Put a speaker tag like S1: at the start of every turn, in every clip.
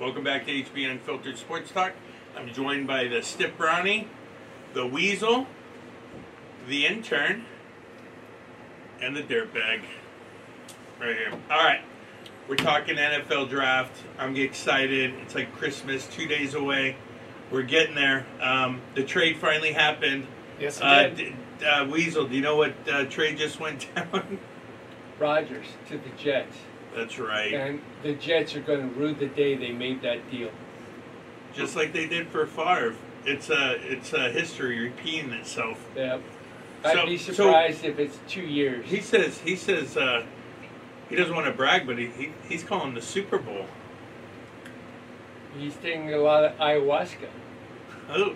S1: Welcome back to HB Unfiltered Sports Talk. I'm joined by the Stip Brownie, the Weasel, the Intern, and the Dirtbag. Right here. All right. We're talking NFL draft. I'm excited. It's like Christmas, two days away. We're getting there. Um, the trade finally happened.
S2: Yes, it
S1: Uh,
S2: did.
S1: d- uh, Weasel, do you know what uh, trade just went down?
S2: Rodgers to the Jets,
S1: That's right.
S2: and the Jets are going to rue the day they made that deal.
S1: Just like they did for Favre. It's a it's a history repeating itself.
S2: Yep. I'd
S1: So-
S2: be
S1: so-
S2: surprised if it's two years.
S1: He says he says uh, he doesn't want to brag, but he, he he's calling the Super Bowl.
S2: He's taking a lot of ayahuasca.
S1: Oh,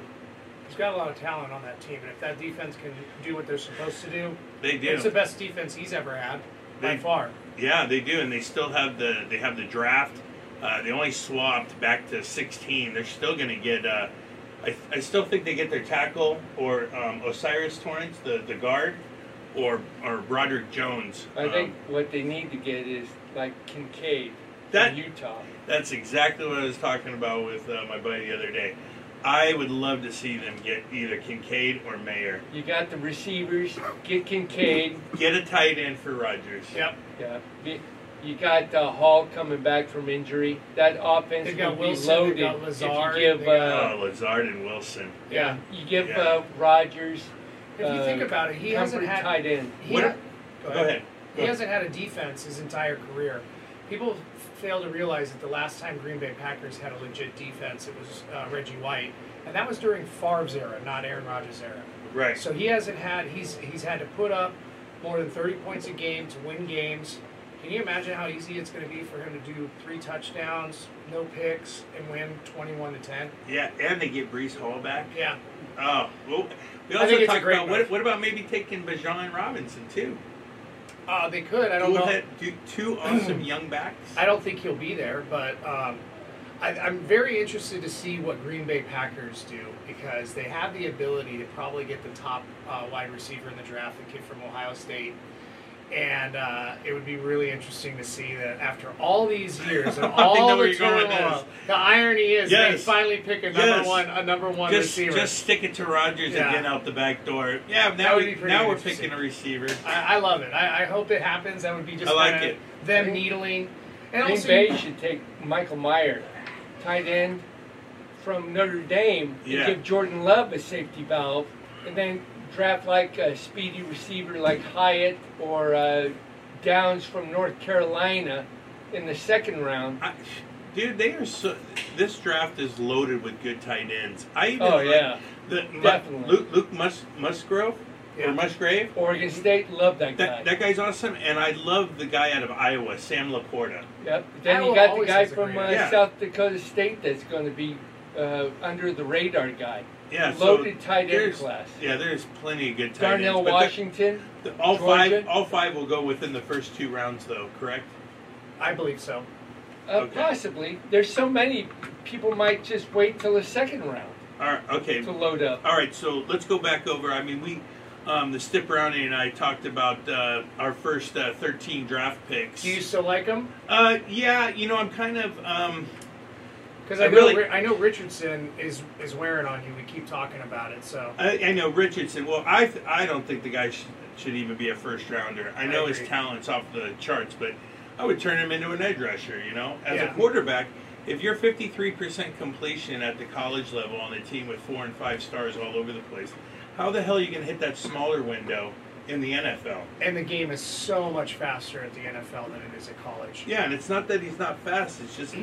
S3: He's got a lot of talent on that team, and if that defense can do what they're supposed to do,
S1: they
S3: it's the
S1: do.
S3: best defense he's ever had
S1: They-
S3: by far.
S1: Yeah, they do, and they still have the they have the draft. Uh, they only swapped back to 16. They're still going to get. Uh, I, I still think they get their tackle or um, Osiris Torrance, the, the guard, or or Broderick Jones.
S2: I
S1: Um,
S2: think what they need to get is like Kincaid
S1: That-
S2: from Utah.
S1: That's exactly what I was talking about with uh, my buddy the other day. I would love to see them get either Kincaid or Mayer.
S2: You got the receivers. Get Kincaid.
S1: Get a tight end for Rodgers.
S3: Yep.
S2: Yeah. Be- You got uh, Hall coming back from injury. That offense
S3: They've got
S2: will be
S3: Wilson,
S2: loaded
S3: they've got
S2: if
S3: Lazard,
S2: you give
S3: they
S2: uh,
S3: got-
S1: Oh, Lazard and Wilson.
S2: yeah you give
S1: Yeah.
S2: uh, Rodgers.
S3: If you think about it, he hasn't had.
S2: tight end.
S3: He
S1: What-
S3: had-
S1: Oh, Go ahead.
S3: He hasn't had a defense his entire career. People fail to realize that the last time Green Bay Packers had a legit defense, it was uh, Reggie White, and that was during Favre's era, not Aaron Rodgers' era.
S1: Right.
S3: So he hasn't had he's he's had to put up more than 30 points a game to win games. Can you imagine how easy it's going to be for him to do three touchdowns, no picks, and win 21 to 10?
S1: Yeah, and they get Brees Hall back.
S3: Yeah,
S1: Oh, well, we
S3: I
S1: also
S3: think it's a
S1: talked
S3: great
S1: about what,
S3: move.
S1: what about maybe taking Bajan Robinson too?
S3: uh, they could. I don't
S1: Dual
S3: know.
S1: head- do two awesome young backs.
S3: I don't think he'll be there, but um, I, I'm very interested to see what Green Bay Packers do because they have the ability to probably get the top uh, wide receiver in the draft, the kid from Ohio State. And uh, it would be really interesting to see that after all these years and
S1: I know
S3: all
S1: where
S3: the
S1: you're going with
S3: turmoil,
S1: this.
S3: the irony is they
S1: Yes.
S3: finally pick a number
S1: Yes.
S3: one, a number one
S1: just
S3: receiver.
S1: just stick it to Rodgers
S3: Yeah.
S1: and get out the back door. Yeah,
S3: That
S1: now
S3: would
S1: we
S3: be pretty
S1: now we're
S3: interesting.
S1: picking a receiver.
S3: I, I love it. I, I hope it happens. That would be just
S1: I like
S3: kinda
S1: it.
S3: them needling. And
S2: Green
S3: also,
S2: Bay should take Michael Meyer, tight end from Notre Dame, and
S1: Yeah.
S2: give Jordan Love a safety valve, and then draft like a speedy receiver like Hyatt or uh, Downs from North Carolina in the second round.
S1: I, dude, they are so. This draft is loaded with good tight ends. I even
S2: Oh
S1: like
S2: yeah,
S1: the,
S2: Definitely.
S1: Luke Luke Mus, Musgrove
S3: Yeah.
S1: or Musgrave.
S2: Oregon State love that guy.
S1: That, that guy's awesome, and I love the guy out of Iowa, Sam Laporta.
S2: yep. Then
S3: Iowa
S2: you got the
S3: always
S2: guy
S3: has a
S2: from
S3: great-
S2: uh,
S1: Yeah.
S2: South Dakota State that's going to be uh, under the radar guy.
S1: Yeah,
S2: Loaded
S1: so
S2: tight end
S1: there's-
S2: class.
S1: Yeah, there's plenty of good tight
S2: Darnell
S1: ends. but the-
S2: Washington.
S1: The, all
S2: Georgia?
S1: five, all five will go within the first two rounds, though. Correct?
S3: I believe so.
S2: Uh,
S1: Okay.
S2: Possibly. There's so many people might just wait till the second round
S1: All right. Okay.
S2: to load up.
S1: All right. So let's go back over. I mean, we, um, the Stip Brownie and I talked about uh, our first uh, 13 draft picks.
S3: Do you still like him?
S1: Uh, yeah. You know, I'm kind of. Um,
S3: Because
S1: I
S3: I,
S1: really-
S3: know Ri- I know Richardson is is wearing on you. We keep talking about it, so
S1: I, I know Richardson. Well, I th- I don't think the guy sh- should even be a first rounder. I
S3: I
S1: know his
S3: agree.
S1: talent's off the charts, but I would turn him into an edge rusher. You know, as a
S3: Yeah.
S1: quarterback, if you're 53% completion at the college level on a team with four and five stars all over the place, how the hell are you going to hit that smaller window in the NFL?
S3: and the game is so much faster at the NFL than it is at college.
S1: Yeah, and it's not that he's not fast; it's just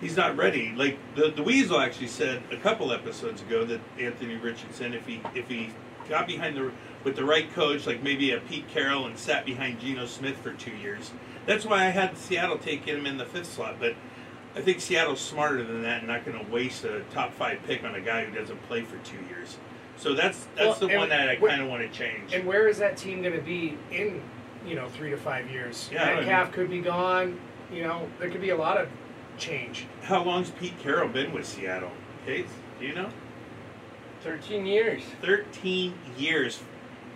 S1: he's not ready. Like the the weasel actually said a couple episodes ago that Anthony Richardson, if he if he got behind the with the right coach, like maybe a Pete Carroll, and sat behind Geno Smith for two years, that's why I had Seattle take him in the fifth slot. But I think Seattle's smarter than that, and not going to waste a top five pick on a guy who doesn't play for two years. So that's that's the
S3: Well, and
S1: one that I
S3: wh-
S1: kind of want to change.
S3: And where is that team going to be in you know three to five years?
S1: Yeah, I
S3: that
S1: don't
S3: calf could be gone. You know, there could be a lot of change.
S1: How long's Pete Carroll been with Seattle? Case, do you know?
S2: 13 years.
S1: 13 years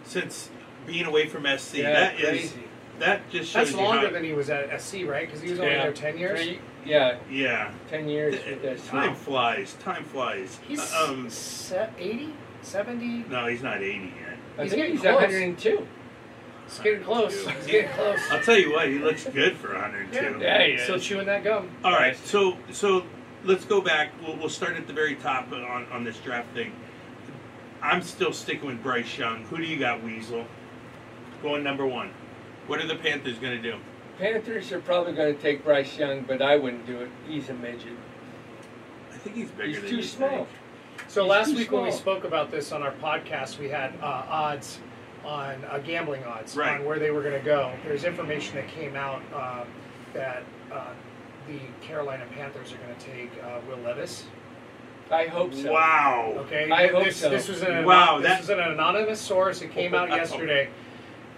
S1: since being away from SC.
S2: Yeah,
S1: that is
S2: crazy.
S1: that just shows
S3: That's
S1: you
S3: longer
S1: how,
S3: than he was at SC, right? Because he was only
S2: Yeah.
S3: there ten years.
S2: Three, Yeah,
S1: Yeah.
S2: ten years with this.
S1: Time flies. Time flies.
S3: He's
S1: Uh, um,
S3: se- 80, 70.
S1: no, he's not 80 yet.
S2: I
S3: He's
S2: think
S3: getting
S2: he's
S3: close.
S2: 102.
S3: It's getting close. It's getting close.
S1: I'll tell you what, he looks good for 102.
S2: Yeah, he is.
S3: Still chewing that gum.
S1: All right, so so let's go back. We'll, we'll start at the very top on, on this draft thing. I'm still sticking with Bryce Young. Who do you got, Weasel? Going number one. What are the Panthers going to do?
S2: Panthers are probably going to take Bryce Young, but I wouldn't do it. He's a midget.
S1: I think he's bigger
S2: He's
S1: than
S2: too
S1: you
S2: small.
S1: think.
S3: So
S2: He's
S3: last
S2: too
S3: week when we
S2: small.
S3: spoke about this on our podcast, we had uh, odds on uh, gambling odds
S1: Right.
S3: on where they were going to go. There's information that came out um, that uh, the Carolina Panthers are going to take uh, Will Levis.
S2: I hope so.
S1: Wow.
S3: Okay,
S2: I hope
S3: this,
S2: so. Oh,
S3: this was an
S1: Wow,
S3: wow.
S1: that-
S3: This was an anonymous source. It came out
S1: Wow.
S3: yesterday,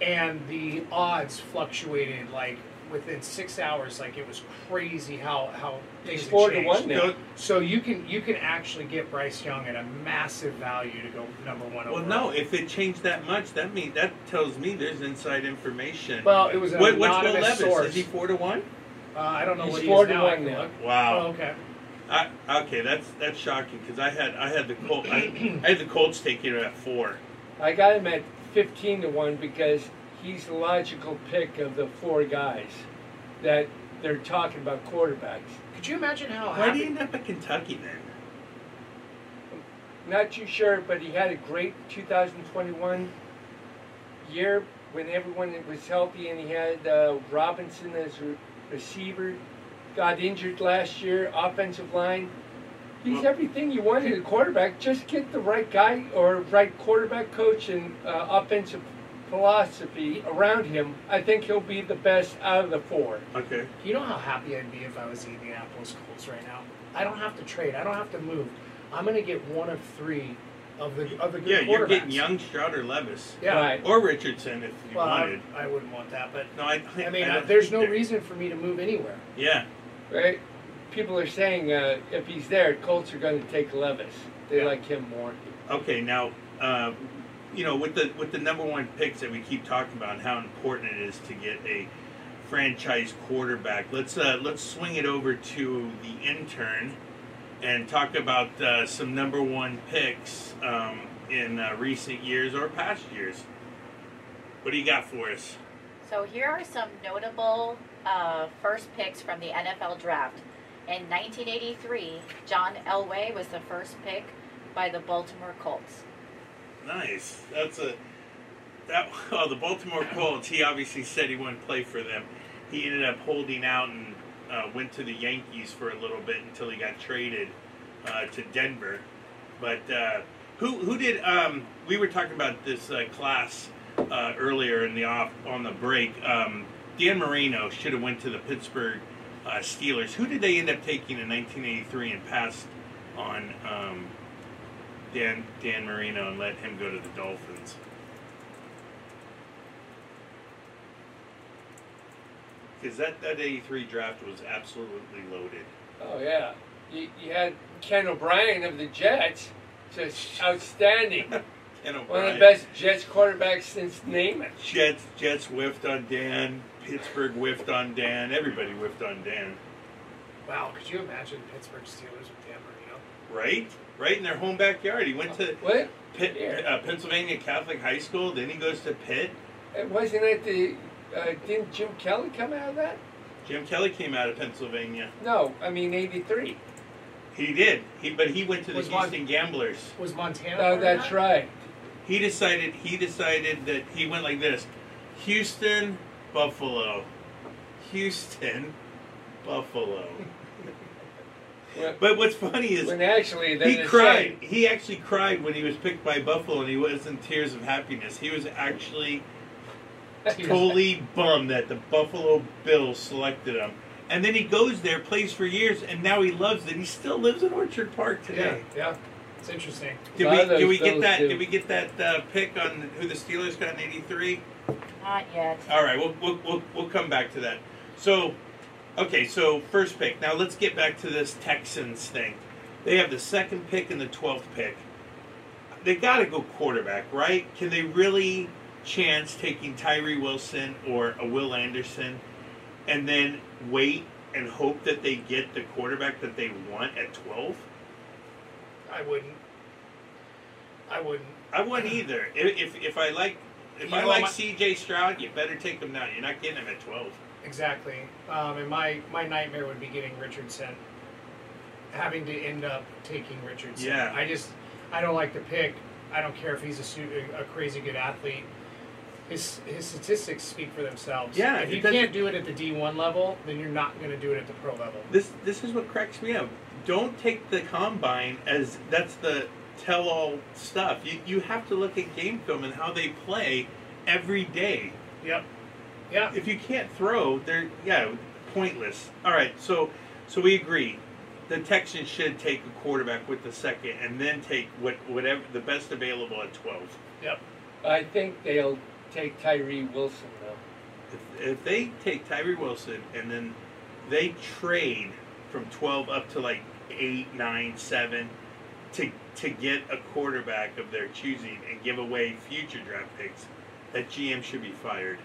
S3: and the odds fluctuated like within six hours. Like it was crazy how how things
S2: He's
S3: had
S2: four to
S3: changed.
S2: one now.
S1: Go-
S3: So you can you can actually get Bryce Young at a massive value to go number one
S1: well,
S3: overall.
S1: no. If it changed that much, that mean that tells me there's inside information.
S3: Well, it was an
S1: What, what's Will
S3: anonymous
S1: Levis?
S3: source.
S1: Is he four to one?
S3: uh, I don't know
S2: He's
S3: what he
S2: four
S3: is
S2: to
S3: now. I
S2: one
S3: can
S2: now.
S3: look.
S1: Wow.
S3: Oh, okay.
S1: I, okay, that's that's shocking because I had I had the Colt I, I had the Colts taking it at four.
S2: I got him at 15 to 1 because he's the logical pick of the four guys that they're talking about quarterbacks.
S3: Could you imagine how
S1: Why do
S3: happy?
S1: you end up at Kentucky then?
S2: Not too sure, but he had a great 2021 year when everyone was healthy and he had uh, Robinson as a receiver. Got injured last year, offensive line. He's
S1: Well-
S2: everything you want in a quarterback. Just get the right guy or right quarterback coach and uh, offensive philosophy around him. I think he'll be the best out of the four.
S1: Okay.
S3: You know how happy I'd be if I was the Indianapolis Colts right now. I don't have to trade. I don't have to move. I'm going to get one of three of the of the good
S1: Yeah, you're getting
S3: quarterbacks.
S1: young Stroud or Levis
S3: Yeah.
S2: Right.
S1: or Richardson if you
S3: Well, I,
S1: wanted.
S3: I wouldn't want that, but
S1: No, I.
S3: I mean, uh,
S1: don't
S3: there's
S1: think
S3: no
S1: they're-
S3: reason for me to move anywhere.
S1: Yeah.
S2: Right? People are saying uh, if he's there, Colts are going to take Levis. They
S3: Yeah.
S2: like him more.
S1: Okay. Now, uh, you know, with the with the number one picks that we keep talking about, and how important it is to get a franchise quarterback. Let's uh, let's swing it over to the intern and talk about uh, some number one picks um, in uh, recent years or past years. What do you got for us?
S4: So here are some notable uh, first picks from the NFL draft. In 1983, John Elway was the first pick by the Baltimore Colts.
S1: Nice. That's a that. Oh, the Baltimore Colts. He obviously said he wouldn't play for them. He ended up holding out and uh, went to the Yankees for a little bit until he got traded uh, to Denver. But uh, who who did? Um, we were talking about this uh, class uh, earlier in the off on the break. Um, Dan Marino should have went to the Pittsburgh uh, Steelers. Who did they end up taking in 1983 and passed on? Um, Dan Dan Marino and let him go to the Dolphins. Because that, that 83 draft was absolutely loaded.
S2: Oh yeah, you, you had Ken O'Brien of the Jets, just outstanding.
S1: And
S2: One of
S1: O'Brien-
S2: the best Jets quarterbacks since Namath.
S1: Jets, Jets whiffed on Dan. Pittsburgh whiffed on Dan. Everybody whiffed on Dan.
S3: Wow, could you imagine Pittsburgh Steelers with Dan Marino?
S1: Right? Right in their home backyard. He went to
S2: What?
S1: Pitt, uh, Pennsylvania Catholic High School. Then he goes to Pitt.
S2: It wasn't it the? Uh, didn't Jim Kelly come out of that?
S1: Jim Kelly came out of Pennsylvania.
S2: No, I mean '83.
S1: He did. He But he went to the
S3: Was Mon-
S1: Houston Gamblers.
S3: Was Montana?
S2: Oh, that's right.
S1: He decided. He decided that he went like this: Houston, Buffalo, Houston, Buffalo.
S2: When,
S1: But what's funny is
S2: when actually they're
S1: he
S2: the
S1: cried.
S2: same.
S1: He actually cried when he was picked by Buffalo, and he was in tears of happiness. He was actually totally bummed that the Buffalo Bills selected him. And then he goes there, plays for years, and now he loves it. He still lives in Orchard Park
S3: Yeah,
S1: today.
S3: yeah. It's interesting.
S1: Did
S2: A lot
S1: we,
S2: of those
S1: did we get
S2: Bills
S1: that?
S2: do.
S1: Did we get that uh, pick on who the Steelers got in '83?
S4: Not yet.
S1: All right, we'll, we'll, we'll, we'll come back to that. So, okay, so first pick. Now let's get back to this Texans thing. They have the second pick and the 12th pick. They got to go quarterback, right? Can they really chance taking Tyree Wilson or a Will Anderson and then wait and hope that they get the quarterback that they want at 12?
S3: I wouldn't. I wouldn't.
S1: I wouldn't either. If, if, if I like if
S3: You
S1: I
S3: know,
S1: like
S3: my-
S1: CJ Stroud, you better take him now. You're not getting him at 12.
S3: Exactly. Um, and my, my nightmare would be getting Richardson, having to end up taking Richardson.
S1: Yeah.
S3: I just, I don't like the pick. I don't care if he's a, su- a crazy good athlete. His, his statistics speak for themselves.
S1: Yeah,
S3: If
S1: he
S3: you
S1: does-
S3: can't do it at the D1 level, then you're not going to do it at the pro level.
S1: This this is what cracks me up. Don't take the combine as that's the tell all stuff. You you have to look at game film and how they play every day.
S3: Yep. Yeah.
S1: If you can't throw, they're yeah, pointless. All right, so so we agree. The Texans should take a quarterback with the second and then take what whatever the best available at 12.
S3: Yep.
S2: I think they'll take Tyree Wilson though.
S1: If, if they take Tyree Wilson and then they trade from 12 up to like 8, 9, 7 to, to get a quarterback of their choosing and give away future draft picks, that GM should be fired.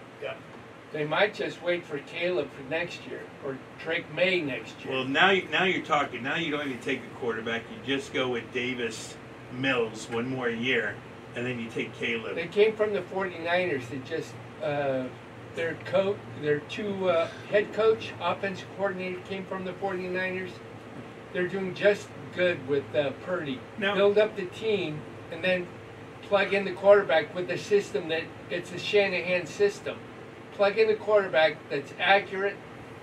S2: They might just wait for Caleb for next year or Drake May next year.
S1: Well, now, you, now you're talking. Now you don't even take a quarterback. You just go with Davis Mills one more year, and then you take Caleb.
S2: They came from the 49ers. They just uh, their coach, their two uh, head coach, offensive coordinator came from the 49ers. They're doing just good with uh, Purdy.
S1: Now-
S2: Build up the team and then plug in the quarterback with the system that it's a Shanahan system. Plug in the quarterback that's accurate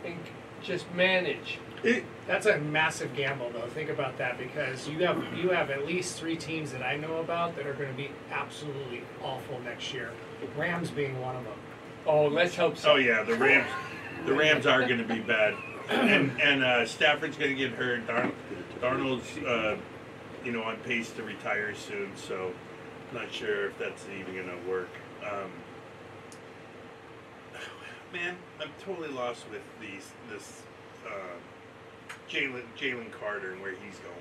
S2: and just manage.
S1: It-
S3: That's a massive gamble, though. Think about that because you have you have at least three teams that I know about that are going to be absolutely awful next year. Rams being one of them.
S2: Oh, let's hope so.
S1: Oh yeah, the Rams. The Rams are going to be bad, and and uh, Stafford's going to get hurt. Darn, Darnold's, uh, you know, on pace to retire soon, so not sure if that's even going to work. Um, man, I'm totally lost with these this uh, Jalen Jalen Carter and where he's going.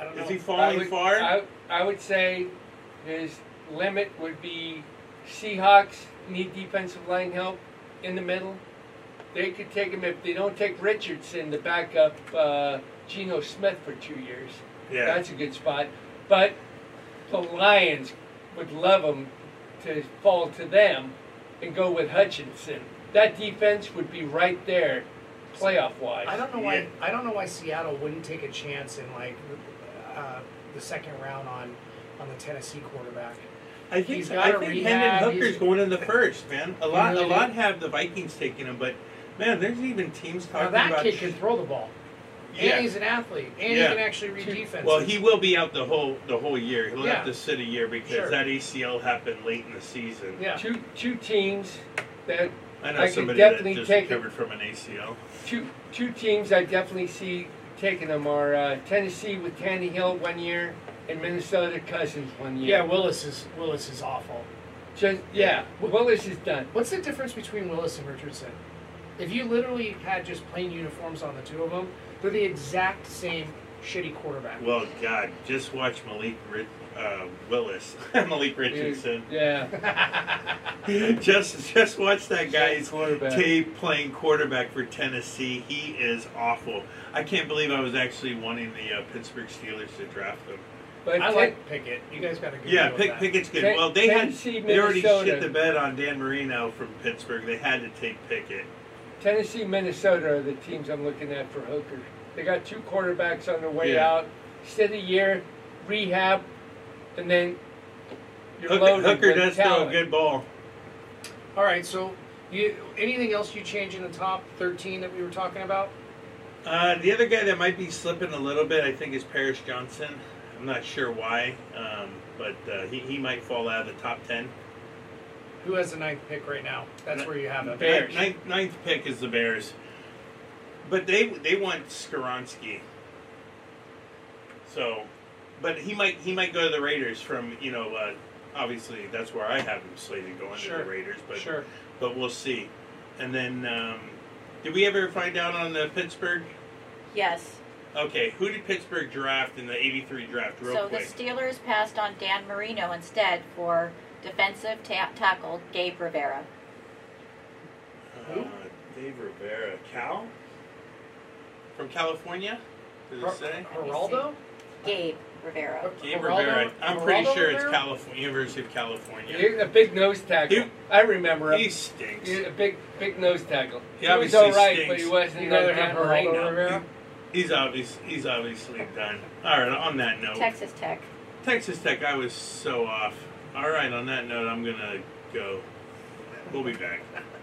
S3: I don't know.
S1: Is he
S2: I
S1: falling
S2: would,
S1: far?
S2: I, I would say his limit would be Seahawks need defensive line help in the middle. They could take him if they don't take Richardson to back up uh, Geno Smith for two years.
S1: yeah,
S2: That's a good spot. But the Lions would love him to fall to them and go with Hutchinson. That defense would be right there, playoff wise.
S3: I don't know why.
S1: Yeah.
S3: I don't know why Seattle wouldn't take a chance in like uh, the second round on on the Tennessee quarterback.
S1: I think
S3: He's gotta
S1: I think Hendon
S3: rehab,
S1: Hooker's
S3: he's-
S1: going in the first, man. A lot
S3: really
S1: a lot have the Vikings taking him, but man, there's even teams
S3: Now
S1: talking
S3: that
S1: about
S3: kid can throw the ball, and
S1: yeah.
S3: he's an athlete, and
S1: Yeah.
S3: he can actually read defense.
S1: Well, he will be out the whole the whole year. He'll
S3: Yeah.
S1: have to sit a year because
S3: Sure.
S1: that ACL happened late in the season.
S3: yeah.
S2: Two, two teams that
S1: I know
S2: I could
S1: somebody
S2: definitely
S1: that just
S2: take it.
S1: recovered from an ACL.
S2: two two teams I definitely see taking them are uh, Tennessee with Tandy Hill one year and Minnesota Cousins one
S3: Yeah,
S2: year.
S3: Willis is Willis is awful.
S2: just yeah. Willis is done.
S3: What's the difference between Willis and Richardson? If you literally had just plain uniforms on the two of them, they're the exact same shitty quarterback.
S1: Well, God, just watch Malik Ri- uh, Willis, Malik Richardson.
S2: Yeah,
S1: just just watch that guy's
S2: quarterback.
S1: Tape playing quarterback for Tennessee. He is awful. I can't believe I was actually wanting the uh, Pittsburgh Steelers to draft him.
S2: But
S3: I
S2: Ten-
S3: like Pickett. You guys got a good
S1: Yeah,
S3: deal with
S1: Pick,
S3: that.
S1: Pickett's good.
S2: Ten-
S1: well, they had
S2: Tennessee,
S1: they already shit
S2: Minnesota.
S1: the bed on Dan Marino from Pittsburgh. They had to take Pickett.
S2: Tennessee, Minnesota are the teams I'm looking at for Hooker. They got two quarterbacks on their way
S1: Yeah.
S2: out. Sit a year, rehab, and then you're
S1: Hooker,
S2: loaded
S1: Hooker
S2: with
S1: does throw a
S2: talent.
S1: good ball.
S3: All right, so you anything else you change in the top 13 that we were talking about?
S1: Uh, the other guy that might be slipping a little bit, I think, is Paris Johnson. I'm not sure why, um, but uh, he, he might fall out of the top ten.
S3: Who has the ninth pick right now? That's where you have it.
S2: Bears.
S1: Ninth, ninth pick is the Bears, but they they want Skaronski. So, but he might he might go to the Raiders from you know uh, obviously that's where I have him slated going to
S3: Sure.
S1: the Raiders, but
S3: Sure.
S1: but we'll see. And then um, did we ever find out on the Pittsburgh?
S4: Yes.
S1: Okay, who did Pittsburgh draft in the '83 draft? Real
S4: so
S1: quick.
S4: the Steelers passed on Dan Marino instead for defensive ta- tackle Gabe Rivera.
S1: Uh, Dave Rivera, Cal, from California. Did it say?
S3: Geraldo?
S4: Gabe Rivera.
S1: Gabe
S3: Geraldo-
S1: Rivera. I'm pretty
S3: Geraldo
S1: sure it's
S3: Rivera?
S1: California, University of California.
S2: He- A big nose tackle.
S1: He-
S2: I remember
S1: He
S2: him.
S1: stinks.
S2: He- A big, big nose tackle.
S1: He
S2: was
S1: obviously
S2: all right, but
S1: stinks.
S2: he wasn't.
S3: You'd rather have
S2: a
S3: Geraldo
S2: Moreno.
S3: Rivera?
S1: He's obvious. He's obviously done. All right. On that note,
S4: Texas Tech.
S1: Texas Tech. I was so off. All right. On that note, I'm gonna go. We'll be back.